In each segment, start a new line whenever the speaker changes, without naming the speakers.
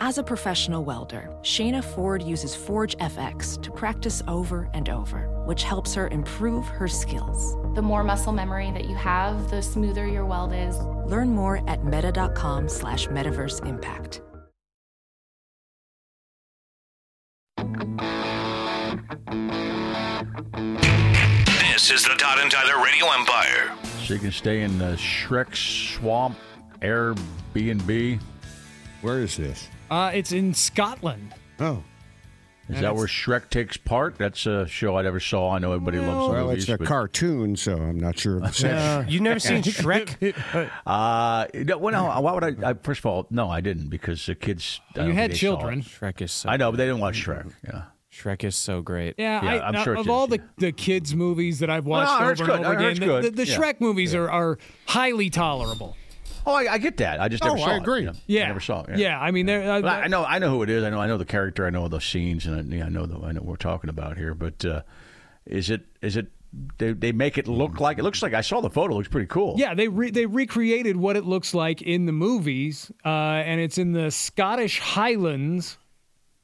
As a professional welder, Shayna Ford uses Forge FX to practice over and over, which helps her improve her skills.
The more muscle memory that you have, the smoother your weld is.
Learn more at meta.com slash metaverse impact.
This is the Todd and Tyler Radio Empire.
So you can stay in the Shrek Swamp Airbnb.
Where is this?
Uh, it's in Scotland.
Oh,
Is
And
that
it's-
where Shrek takes part? That's a show I never saw. I know everybody loves the
well,
movies.
it's a
but-
cartoon, so I'm not sure. Of the set.
You've never seen Shrek?
Uh, no, well, no, why would I, I? First of all, no, I didn't because the kids. I don't
you had
think they saw it.
children.
Shrek is so
I know, but they didn't watch Shrek. Yeah.
Shrek is so great.
Yeah,
Yeah,
I,
I'm
now,
sure it
of
is,
all
yeah.
the, the kids movies that I've watched
I heard
over
it's
and
good.
over
I heard
again,
it's
the,
good.
the, the
Yeah.
Shrek movies are, are highly tolerable.
Oh, I, I get that. I just
Oh,
never saw
I
it,
agree.
you know.
Yeah,
I never saw it.
Yeah, I mean, they're, uh,
But I I know, I know who it is. I know, I know the character. I know the scenes, and I, yeah, I know the, I know what we're talking about here. But uh, is it is it they, they make it look like it looks like I saw the photo. It looks pretty cool.
Yeah, they re- they recreated what it looks like in the movies, uh, and it's in the Scottish Highlands.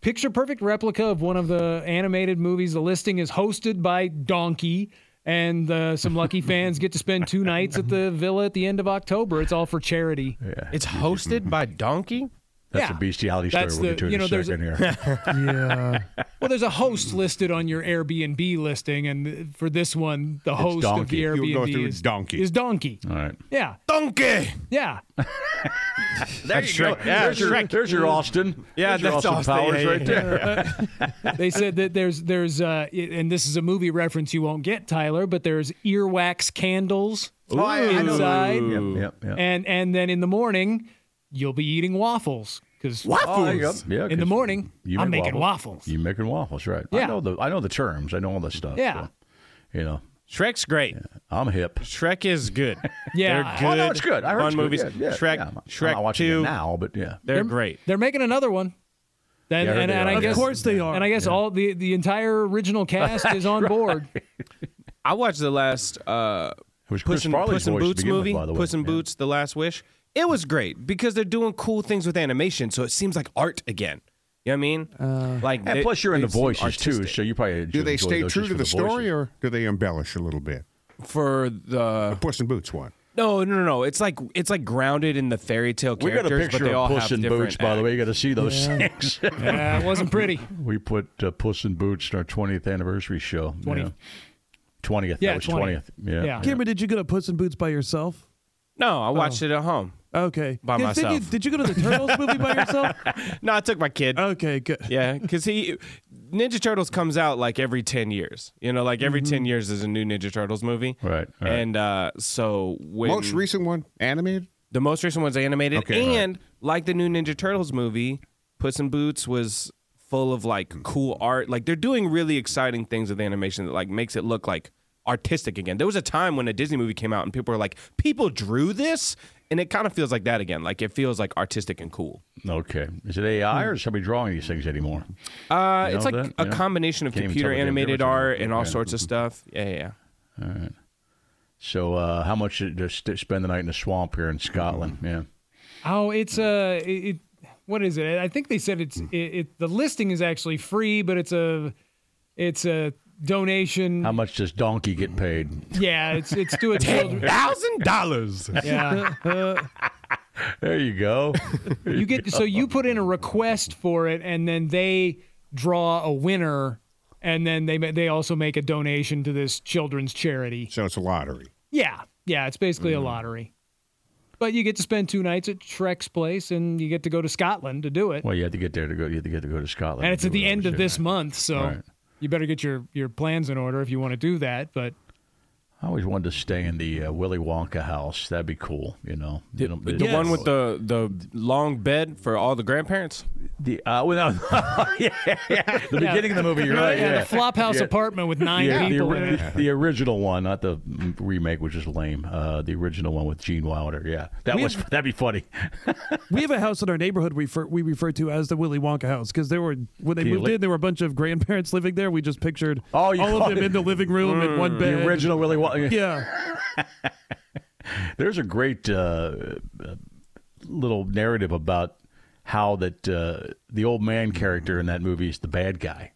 Picture perfect replica of one of the animated movies. The listing is hosted by Donkey, and uh, some lucky fans get to spend two nights at the villa at the end of October. It's all for charity.
It's hosted by Donkey?
that's
yeah.
a bestiality story
That's
we'll get
the-
to in
you
a
know, there's a-
second here.
Well, there's a host listed on your Airbnb listing, and for this one, the host of the
Donkey.
Airbnb
You go through
is
Donkey.
Is Donkey?
All right,
Yeah,
Donkey!
yeah.
there you go.
Shrek. Yeah,
there's, your,
Shrek.
there's your Austin.
Yeah,
there's your
that's
Austin,
Austin.
Powers
Yeah,
right
yeah,
there.
they said that there's there's uh i- and this is a movie reference you won't get Tyler, but there's earwax candles
Oh, I- I know.
inside,
Yep, yep.
and and then in the morning you'll be eating waffles because
Oh, there you go. Yeah,
in the
'cause
morning
you
I'm
make
making waffles.
You making waffles, right? I
Yeah.
know the I know the terms. I know all the stuff.
Yeah.
so, you know,
Shrek's great.
I'm hip.
Shrek is good.
Yeah.
They're good.
Oh, no, it's good. I heard
fun
it's good.
movies.
Yeah, yeah,
Shrek,
yeah. I'm not
Shrek
watching it
2.
now, but yeah.
They're great.
They're making another one. And,
Yeah, I heard
and,
they
and
are.
I
Of
guess,
course
they are. And I guess all the, the entire original cast is on board.
I watched the last uh,
was Chris
Puss in,
Farley's
Puss in
voice to
Boots
begin with,
movie,
by the way.
Puss in
Yeah.
Boots, The Last Wish. It was great because they're doing cool things with animation, so it seems like art again. You know what I mean? like,
And
they-
plus, you're into
they seem
voices too,
artistic.
so you probably
Do they
enjoy
stay
those
true
just
to
for
the story,
voices.
or do they embellish a little bit?
for the
The Puss in Boots one.
No, no, no, no. It's like it's like grounded in the fairy tale
We
characters.
got a picture
but they all
of Puss
have
in
different
Boots, by the way. You got to see those things.
yeah, Uh, it wasn't pretty.
we put uh, Puss in Boots in our 20th anniversary show. you
20th.
know. 20th.
Yeah,
that was 20th.
20th.
Yeah.
Yeah.
Cameron, did you go to Puss in Boots by yourself?
acts. No, I watched it at home.
Okay.
By
Did- Did you,
myself.
did you go to the Turtles movie by yourself?
No, I took my kid.
Okay, good.
yeah, because he Ninja Turtles comes out like every ten years. You know, like every ten years is a new Ninja Turtles movie.
Right, right.
And uh, so when
Most recent one, animated.
the most recent one's animated,
Okay.
and like the new Ninja Turtles movie, Puss in Boots was full of like cool art. Like they're doing really exciting things with animation that like makes it look like artistic again. There was a time when a Disney movie came out and people were like, "People drew this," and it kind of feels like that again. Like it feels like artistic and cool.
Okay. Is it AI or is somebody drawing these things anymore?
Uh,
You
it's
know
like
that?
a
Yeah.
combination of
Can't even
computer
tell the
animated
difference anymore.
art and all
Yeah. Mm-hmm.
sorts of stuff. Yeah, yeah, yeah.
So, uh, how much did you st- spend the night in the swamp here in
Mm-hmm.
Scotland? Yeah.
Oh, it's uh, it, it what is it? I think they said it's it, it. The listing is actually free, but it's a it's a donation.
How much does Donkey get paid?
yeah, it's it's to a children.
Thousand dollars.
Yeah,
There you go.
you get so you put in a request for it, and then they draw a winner, and then they ma- they also make a donation to this children's charity.
So it's a lottery.
Yeah, yeah, it's basically
Mm.
a lottery. But you get to spend two nights at Shrek's place, and you get to go to Scotland to do it.
Well, you had to get there to go. You had to get to go to Scotland,
and it's
to
at
do
the
it,
end of
obviously,
this
right?
month, so
Right.
you better get your your plans in order if you want to do that. But
I always wanted to stay in the uh, Willy Wonka house. That'd be cool, you know. You know,
The one with the the long bed for all the grandparents.
the uh, well, no. yeah, yeah. the beginning of the movie. You're
yeah,
right. Yeah,
the flophouse
Yeah.
apartment with nine
Yeah, the,
people in
ori-
it.
the original one, not the remake, which is lame. Uh, the original one with Gene Wilder. Yeah, that was that'd be funny.
We have a house in our neighborhood we refer, we refer to as the Willy Wonka house because there were when they
The
moved
li-
in there were a bunch of grandparents living there. We just pictured
Oh, you- Mm.
all of them in the living room in one bed.
The original Willy Wonka.
Yeah,
There's a great uh, uh, little narrative about how that uh, the old man character in that movie is the bad guy.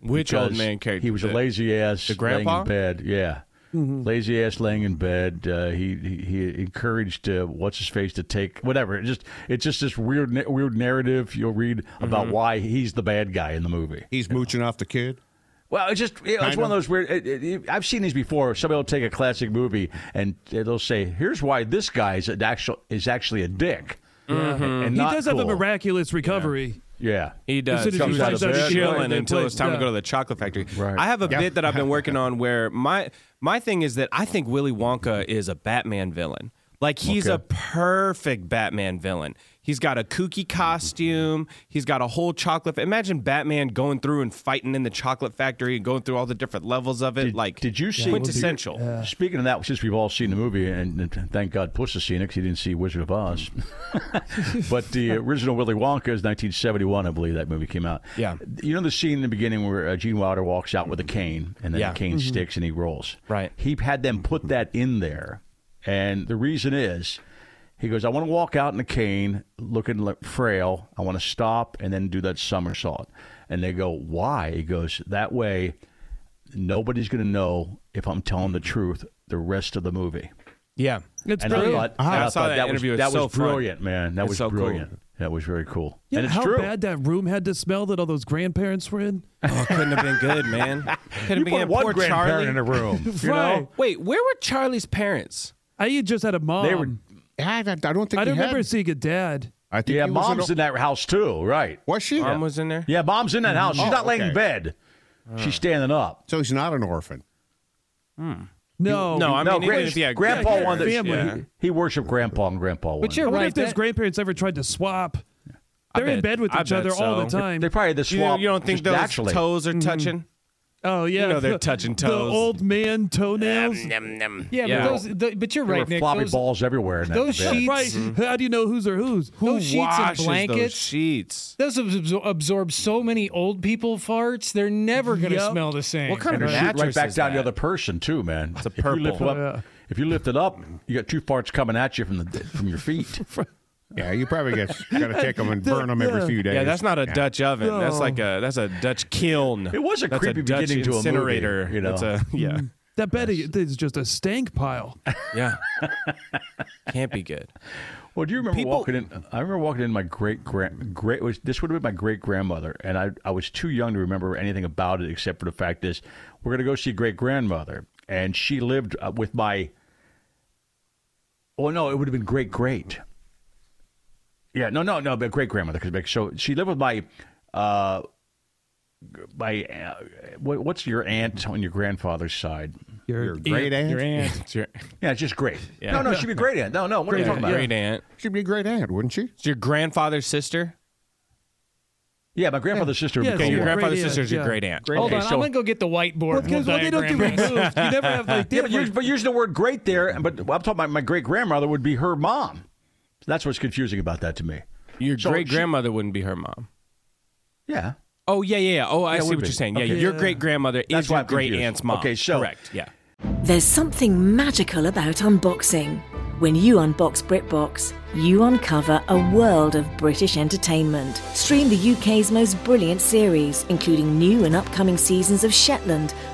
Which old
because
man character?
He was a
The-
lazy ass
the
laying
grandpa?
in bed. Yeah.
Mm-hmm.
Lazy ass laying in bed. Uh, he, he he encouraged uh, what's his face to take whatever. It just it's just this weird na- weird narrative you'll read about why he's the bad guy in the movie.
He's mooching off the kid.
Well, it's just you know, it's
Kind
one of
of.
those weird. It, it, it- I've seen these before. Somebody will take a classic movie and they'll say, "Here's why this guy is an actual is actually a dick." And,
he
not
does have a
cool.
miraculous recovery.
Yeah,
He does.
soon as
he
Comes out
finds
of
out
bed,
she's
blind,
chilling
they
until
play-
it's time to
yeah.
go to the chocolate factory.
Right.
I have a bit that I've been working on where my my thing is that I think Willy Wonka is a Batman villain. Like he's a perfect Batman villain. He's got a kooky costume. He's got a whole chocolate. fa- Imagine Batman going through and fighting in the chocolate factory and going through all the different levels of it.
Did-
like,
did you see-
quintessential?
Speaking of that, since we've all seen the movie, and, and thank God Puss has seen it 'cause he didn't see Wizard of Oz. but the original Willy Wonka is 1971, I believe that movie came out.
Yeah.
You know the scene in the beginning where uh, Gene Wilder walks out with a cane, and then
Yeah.
the cane sticks and he rolls?
Right.
He had them put that in there. And the reason is. He goes, I want to walk out in a cane looking like frail. I want to stop and then do that somersault. And they go, Why? He goes, That way nobody's going to know if I'm telling the truth the rest of the movie.
Yeah,
It's
And
brilliant.
I thought,
Ah,
and
I
I
saw
thought
that
that,
interview.
was,
It's
that
so
was
fun.
brilliant, man. That
It's
was
so cool.
brilliant. That was very cool.
Yeah,
and it's
how
true.
bad that room had to smell that all those grandparents were in.
oh, couldn't have been good, man. Could
you
have been
put one
poor
grandparent
Charlie.
in a room. you
Right.
know?
Wait, where were Charlie's parents?
I had just had a mom.
They were-
I, I don't think
I
he
don't
had-
remember seeing a dad.
I think
Yeah,
he was an
mom's
o-
in that house too, right?
Was she?
Mom was in there.
Yeah, mom's in that house. She's
Oh,
not laying in
okay.
bed. She's standing up.
So he's not an orphan.
Oh,
No,
No, I mean,
no,
even
gra-
if he had
grandpa
grandparents,
wanted.
family.
yeah.
He, he worshipped grandpa and grandpa.
But
wanted.
you're
I wonder
right.
if those
that-
grandparents ever tried to swap.
I
They're in
bet-
bed with
I
each
bet
other all the
so.
time.
They probably had the
You,
swamp.
you don't think
just
those
naturally.
toes
Mm-hmm.
are touching?
oh yeah,
know they're
the-
touching
The
toes.
old man toenails.
Yeah,
Yeah.
but those. The, but you're
There
right,
were
Nick.
floppy
those,
balls everywhere. In that
those
bed.
sheets-
Right? How do you know who's or who's? Who?
Those sheets and
washes those
blankets?
sheets.
Those absor- absorb so many old people farts. They're never going to
Yep.
smell the same.
What kind
And
of
it shoot right
mattress
back
is
down the
that?
other person too, man. It's a If you lift it
purple.
up, if you lift it up, you got two farts coming at you from the from your feet.
Yeah, you probably got to take them and burn them every few days.
Yeah, that's not a Dutch oven. That's like a that's a Dutch kiln.
It was a
that's
creepy
a Dutch
beginning to a movie,
incinerator.
you know.
That's a, yeah,
That bed is just a stank pile.
yeah. Can't be good.
Well, do you remember walking in? I remember walking in my great grand great. it Was, this would have been my great grandmother, and I I was too young to remember anything about it except for the fact is we're gonna go see great grandmother, and she lived uh, with my. Oh no, it would have been great great. Yeah, no, no, no, but great grandmother because so she lived with my. Uh, my uh, what, what's your aunt on your grandfather's side?
your great aunt.
Your aunt.
It's your,
Yeah, it's just great.
Yeah.
No, no, she'd be great aunt. No, no, what are you
your
talking about?
great aunt.
She'd be a great aunt, wouldn't she?
It's your grandfather's sister.
Yeah, my grandfather's sister. would
Yeah,
be
so
Okay,
cool.
your
Great
grandfather's
aunt,
sister's your
yeah.
great aunt.
Hold
okay,
on, I'm gonna go get the whiteboard. and
Because
we'll
well, they don't do
diagram
removed.
this.
You never have like
Yeah, but you,
different-
but using the word great there, but I'm talking about my great grandmother would be her mom. That's what's confusing about that to me.
Oh, Your
So
great
she-
grandmother wouldn't be her mom.
Yeah.
Oh yeah, yeah. yeah. Oh, I
Yeah,
see
would
what
be.
you're saying. Yeah,
Okay.
your great grandmother
That's
is
why
your
I'm
great
confused.
aunt's mom.
Okay, so-
correct. Yeah.
There's something magical about unboxing. When you unbox BritBox, you uncover a world of British entertainment. Stream the UK's most brilliant series, including new and upcoming seasons of Shetland,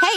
Hey,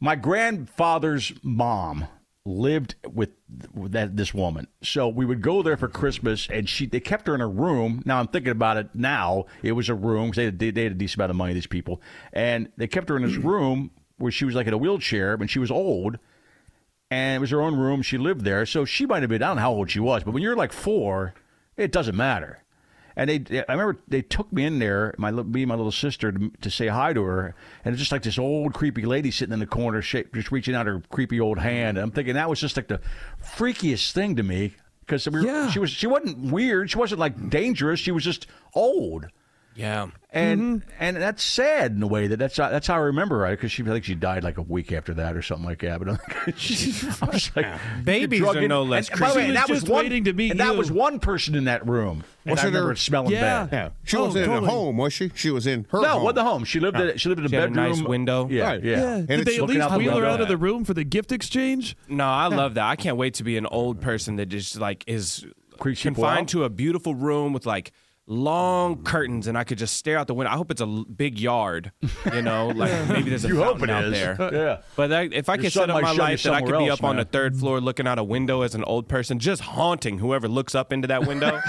My grandfather's mom lived with, with that this woman, so we would go there for Christmas, and she they kept her in a room. Now I'm thinking about it now; it was a room 'cause they, they had a decent amount of money. These people, and they kept her in this room where she was like in a wheelchair, and she was old, and it was her own room. She lived there, so she might have been I don't know how old she was, but when you're like four, it doesn't matter. And they, I remember they took me in there, my li- me and my little sister, to, to say hi to her. And it's just like this old creepy lady sitting in the corner, shape, just reaching out her creepy old hand. And I'm thinking that was just like the freakiest thing to me because we were- she was she wasn't weird, she wasn't like dangerous, she was just old.
Yeah,
and
Mm-hmm.
and that's sad in a way that that's how, that's how I remember her because she I think she died like a week after that or something like that. But I'm like, she, I was like,
Babies
drug
are
in-
no less
And, by the way,
creepy. She
that
was
was
just
one,
waiting to meet
and that
you.
was one person in that room. And I
Wasn't
remember
her-
it smelling
Yeah.
bad.
Yeah. She Oh, wasn't in a totally. home, was she? She was in her
no,
home.
what the home? She lived.
No.
At, she lived in a
She had a
bedroom.
nice
window.
Yeah, yeah.
Did they at least wheel her out of the room for the gift exchange?
No, I love that. I can't wait to be an old person that just like is
people
confined
out?
to a beautiful room with like long curtains, and I could just stare out the window. I hope it's a l- big yard, you know, like maybe there's a
You hope
fountain
it
out
is.
there.
Yeah.
but that, if I
Your
could
son
set up
might
my
shove you
life that I could be
somewhere
up on the
else, Mm.
third floor looking out a window as an old person, just haunting whoever looks up into that window.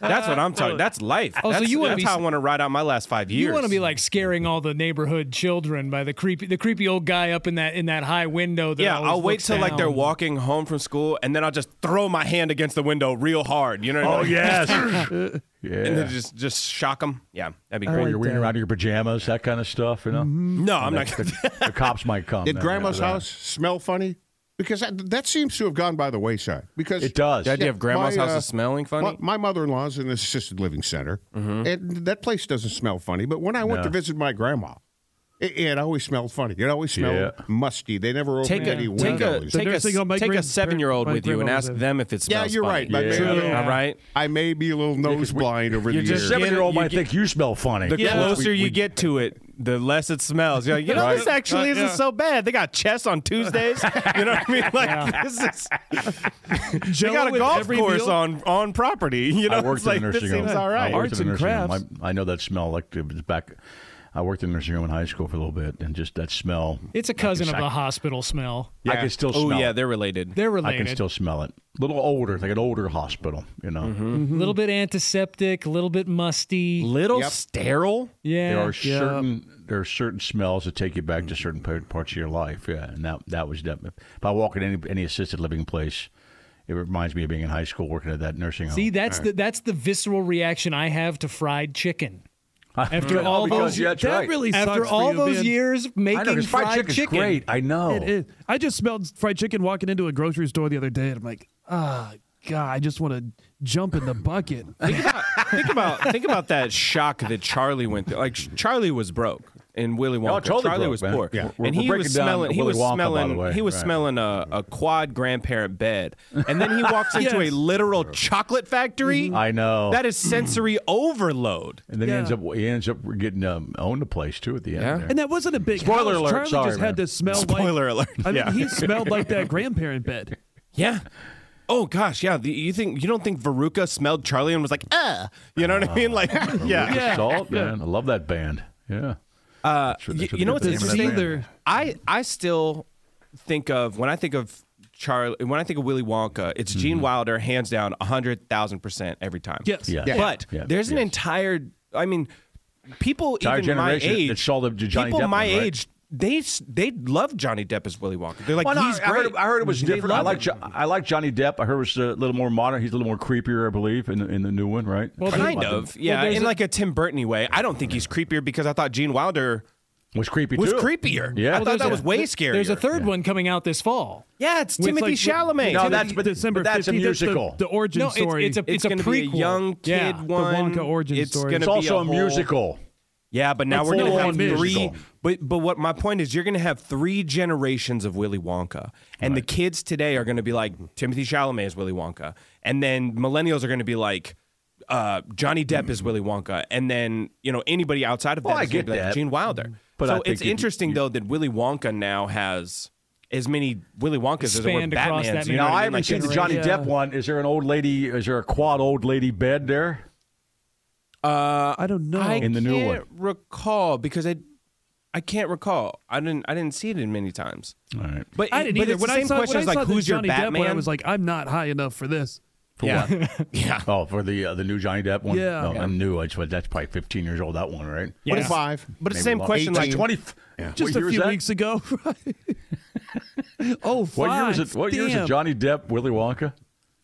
that's what I'm talking. That's life.
Oh, so
that's
you wanna
that's
be
how
s-
I want to ride out my last five years.
You want to be like scaring all the neighborhood children by the creepy, the creepy old guy up in that in that high window. That
Yeah,
always
I'll wait
looks
till like they're
down.
walking home from school, and then I'll just throw my hand against the window real hard. You know? What I
Oh,
mean?
yes.
And
Yeah.
then just just shock them. Yeah, that'd be
Roll
great.
your wiener out of your pajamas, that kind of stuff, you know.
No, I'm not.
The, the cops might come.
Did
then,
Grandma's
you know,
house smell funny? Because that, that seems to have gone by the wayside. Because uh,
It does. The idea of
grandma's house is smelling funny? Mm-hmm.
My, my mother-in-law's in an assisted living center, and that place doesn't smell funny. But when I went
No.
to visit my grandma, it, it always smelled funny. It always smelled
Yeah.
musty. They never
Take
opened
a
any
take a
windows.
take a, take a seven year old
my
with you and
grandma
ask
was a-
them if it
yeah,
smells.
you're right.
funny.
My
Yeah.
man-
All right.
I may be a little nose blind over
you're
the
just
years.
getting-
Seven-year-old
you
might
get-
think you smell funny.
The
Yeah.
closer
We-
you
we-
get to it, the less it smells. You're like, you know,
Right.
this actually isn't so bad. They got chess on Tuesdays. You know what I mean? Like this is. they got a
with
golf
every
course
meal?
on on property. You know,
I worked
it's like
in a
this
nursing home.
seems all right.
I worked
Arts
in a
and
nursing home.
crafts.
I, I know that smell. Like it was back, I worked in a nursing home in high school for a little bit, and just that smell.
It's a cousin of the hospital smell.
I can still smell.
Oh yeah,
it.
they're related.
They're
I
related.
can still smell it. A little older, like an older hospital, you know.
A little bit antiseptic, a little bit musty.
Little
Yep.
sterile.
yeah.
There are certain there are certain smells that take you back to certain par- parts of your life. Yeah, and that that was that. If I walk in any any assisted living place, it reminds me of being in high school working at that nursing home.
See, that's the that's the visceral reaction I have to fried chicken. After
Oh,
all
because,
those
yeah, that's
that
right.
really sucks
after
for
all
you,
those
man.
years
I know
making
'cause fried, chicken's
chicken.
great. I
Oh.
know.
It is. I just smelled fried chicken walking into a grocery store the other day, and I'm like, ah, God, I just want to jump in the bucket.
think about think about that shock that Charlie went through. Like Charlie was broke and Willy Wonka.
Oh, totally
Charlie
broke,
was
man.
poor,
Yeah. We're-
and
we're
he
breaking
was
down
smelling. He
Willy
was
Wonka, by the
smelling.
way.
He was
Right.
smelling a, a quad grandparent bed, and then he walks into a literal chocolate factory.
Mm-hmm. I know.
That is sensory overload.
and then he ends up he ends up getting um, owned a place too at the end.
Yeah.
there.
And that wasn't a big
Spoiler
house.
alert,
Charlie
sorry,
just
man.
had to smell.
Spoiler
like,
alert,
I mean,
yeah.
he smelled like that grandparent bed.
Yeah. Oh gosh, yeah. The, you think you don't think Veruca smelled Charlie and was like, uh you know what I mean? Like, yeah.
yeah. Salt, man. I love that band. Yeah.
Uh,
That's what- that's
y-
what
you know
they
what's
get the name of that band.
interesting?
Either-
I I still think of when I think of Charlie when I think of Willy Wonka, it's Gene Wilder hands down hundred thousand percent every time.
Yes.
Mm-hmm. Yeah.
Yeah.
But
Yeah.
there's an
Yes.
entire I mean, people
Entire
even my
generation
age
that saw the Johnny
people
Depp
my
one, right?
age they s- they love Johnny Depp as Willy Wonka. They're like
Well, no,
he's
I, I
great.
heard, I heard it was
They
different. I
love
like
him.
jo- I like Johnny Depp. I heard it was a little more modern. He's a little more creepier, I believe, in the, in the new one, right?
Well,
kind of yeah
there's
in
a-
like a Tim Burton way. I don't think he's creepier because I thought Gene Wilder
was creepy
Was
too.
creepier.
Yeah,
I thought that was way
scary. There's a third one coming out this fall.
Yeah, it's
With,
Timothy
like,
Chalamet.
No, that's but,
December
but that's a
15th, that's the-
musical.
the origin
No, it's-
story.
it's a-
It's, going to be a
prequel.
young kid
Yeah. The
one.
Wonka origin
it's
story. It's
Gonna be
also
a
whole-
musical.
Yeah, but now
A
we're going to
full-on
have three.
musical.
But but what my point is, you're going to have three generations of Willy Wonka, and the kids today are going to be like Timothy Chalamet is Willy Wonka, and then millennials are going to be like. Uh, Johnny Depp is Willy Wonka, and then you know anybody outside of that
Well, I
is gonna
get
be like
that. Mm-hmm.
Gene Wilder.
But I
so
think
it's
you-
interesting though that Willy Wonka now has as many Willy Wonkas as there were
Spanned across that
Batman's.
many
You know,
Now
what
I
mean?
haven't
Like,
seen the
it's-
Johnny
Yeah.
Depp one. Is there an old lady? Is there a quad old lady bed there?
Uh,
I don't know.
I
In the
can't
new one.
recall because I, I can't recall. I didn't. I didn't see it in many times.
All right.
But
I didn't
but
either.
It's
When
the
I
same
saw,
question
when
is
I saw
like,
the
who's
Johnny
your
Depp
Batman?
one, I was like, I'm not high enough for this.
yeah, yeah.
Oh, for the uh, the new Johnny Depp one.
Yeah.
no, I'm new. It's, what- that's probably 15 years old. That one, right?
Yeah.
What if five?
But it's the
Maybe
same
longer.
question. Like
20. what
Just
year
a
was
few
that?
weeks ago. oh, five.
What year was it? What year was
Damn.
it? Johnny Depp, Willy Wonka.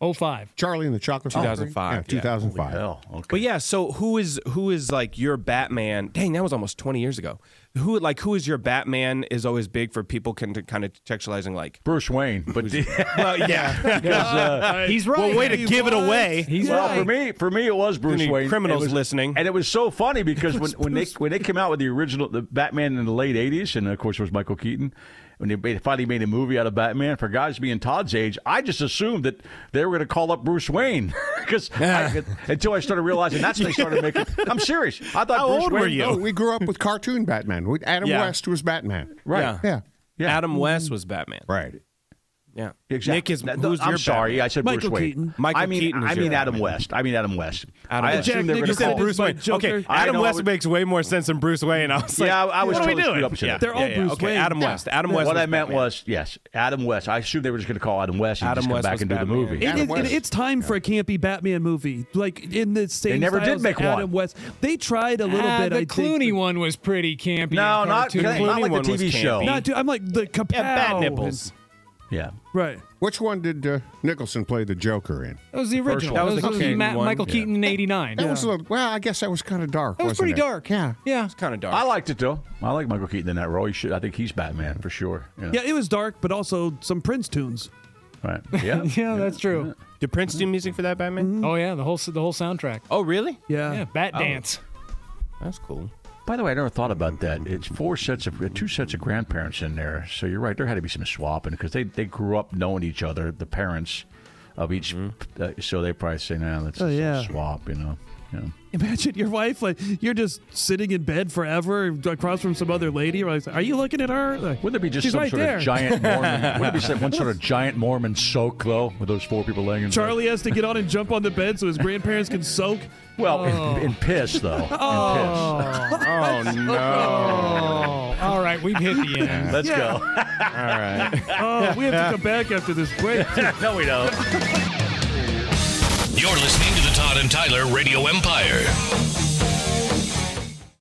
Oh five.
Charlie and the Chocolate Factory?
2005,
Yeah,
yeah.
2005.
Hell, Oh, okay.
But yeah, so who is who is like your Batman? Dang, that was almost twenty years ago. Who like who is your Batman is always big for people can kind of contextualizing like.
Bruce Wayne. But
Well, yeah.
He's right.
well, way to give it away.
He's
well,
right.
for me, for me, it was Bruce
Any
Wayne.
criminals
It was-
listening.
and it was so funny because when, when they when they came out with the original the Batman in the late '80s, and of course it was Michael Keaton. When they made, finally made a movie out of Batman for guys being Todd's age, I just assumed that they were going to call up Bruce Wayne because until I started realizing that's when they started making. I'm serious. I thought
How
Bruce
old
Wayne,
were you?
No, oh, we grew up with cartoon Batman. We, Adam
Yeah.
West was Batman.
Right.
Yeah.
Yeah.
Yeah.
Adam West was Batman.
Right.
Yeah.
Exactly.
Nick is
That-
who's
I'm
your
sorry,
Batman?
I said
Michael
Bruce Wayne.
Keaton.
Michael
I mean,
Keaton is
I
your
mean Adam
Batman.
West. I mean Adam West.
Adam
I
West.
assumed they
Jack
were gonna
You said
Nicholson
call-
Bruce
my
Wayne. Okay,
Joker.
I
Adam
know, I
West
was-
makes way more sense than Bruce Wayne. I was like,
Yeah, I- I was
what are we
totally
doing?
screwed up to
yeah,
that. They're
all Bruce
okay.
Wayne.
Adam West. Adam West.
what
was
I meant
Batman.
was yes, Adam West. I assumed they were just going to call Adam West and
Adam
just come
West
back
was
and do
Batman.
the movie.
It-
Adam
it-
West.
it's time for a campy Batman movie, like in the same.
never did
style as
make one.
Adam West. They tried a little
Ah,
bit.
The
I
Clooney
think.
one was pretty campy.
No,
and
not,
cartoony.
not
Clooney
like the
one was
TV show.
campy.
Not dude, I'm like the kapow.
yeah, bat nipples.
yeah,
Right.
Which one did uh, Nicholson play the Joker in?
That was the
First
original.
one.
That was the Keaton
Ma-
one.
Michael
Yeah.
Keaton in '89.
That was a little, well, I guess that was kind of dark.
That was
wasn't
pretty
it?
dark.
Yeah.
Yeah.
It's kind of dark.
I liked it though. I like Michael Keaton in that role. He should, I think he's Batman for sure. Yeah,
Yeah, it was dark, but also some Prince tunes.
right. Yeah,
Yeah, that's true.
Did Prince do music for that Batman?
Oh yeah, the whole s- the whole soundtrack.
Oh, really?
Mm-hmm. Yeah.
Yeah, Bat
Oh.
Dance.
That's cool.
By the way, I never thought about that. It's four sets of two sets of grandparents in there. So you're right. There had to be some swapping because they they grew up knowing each other, the parents of each. Uh, so they probably say, "Now let's
Oh,
just
yeah.
swap," you know. Yeah.
Imagine your wife like you're just sitting in bed forever across from some other lady. You're like, Are you looking at her? Like,
Wouldn't it be just
She's
some
right
sort
there.
of giant Mormon? wouldn't it be some, one sort of giant Mormon soak though, with those four people laying in bed?
Charlie has to get on and jump on the bed so his grandparents can soak.
Well, in, in piss though. In piss.
Oh no!
Oh, all right, we've hit the end.
Let's go.
Oh, we have to come back after this break.
no, we don't.
You're listening to the Todd and Tyler Radio Empire.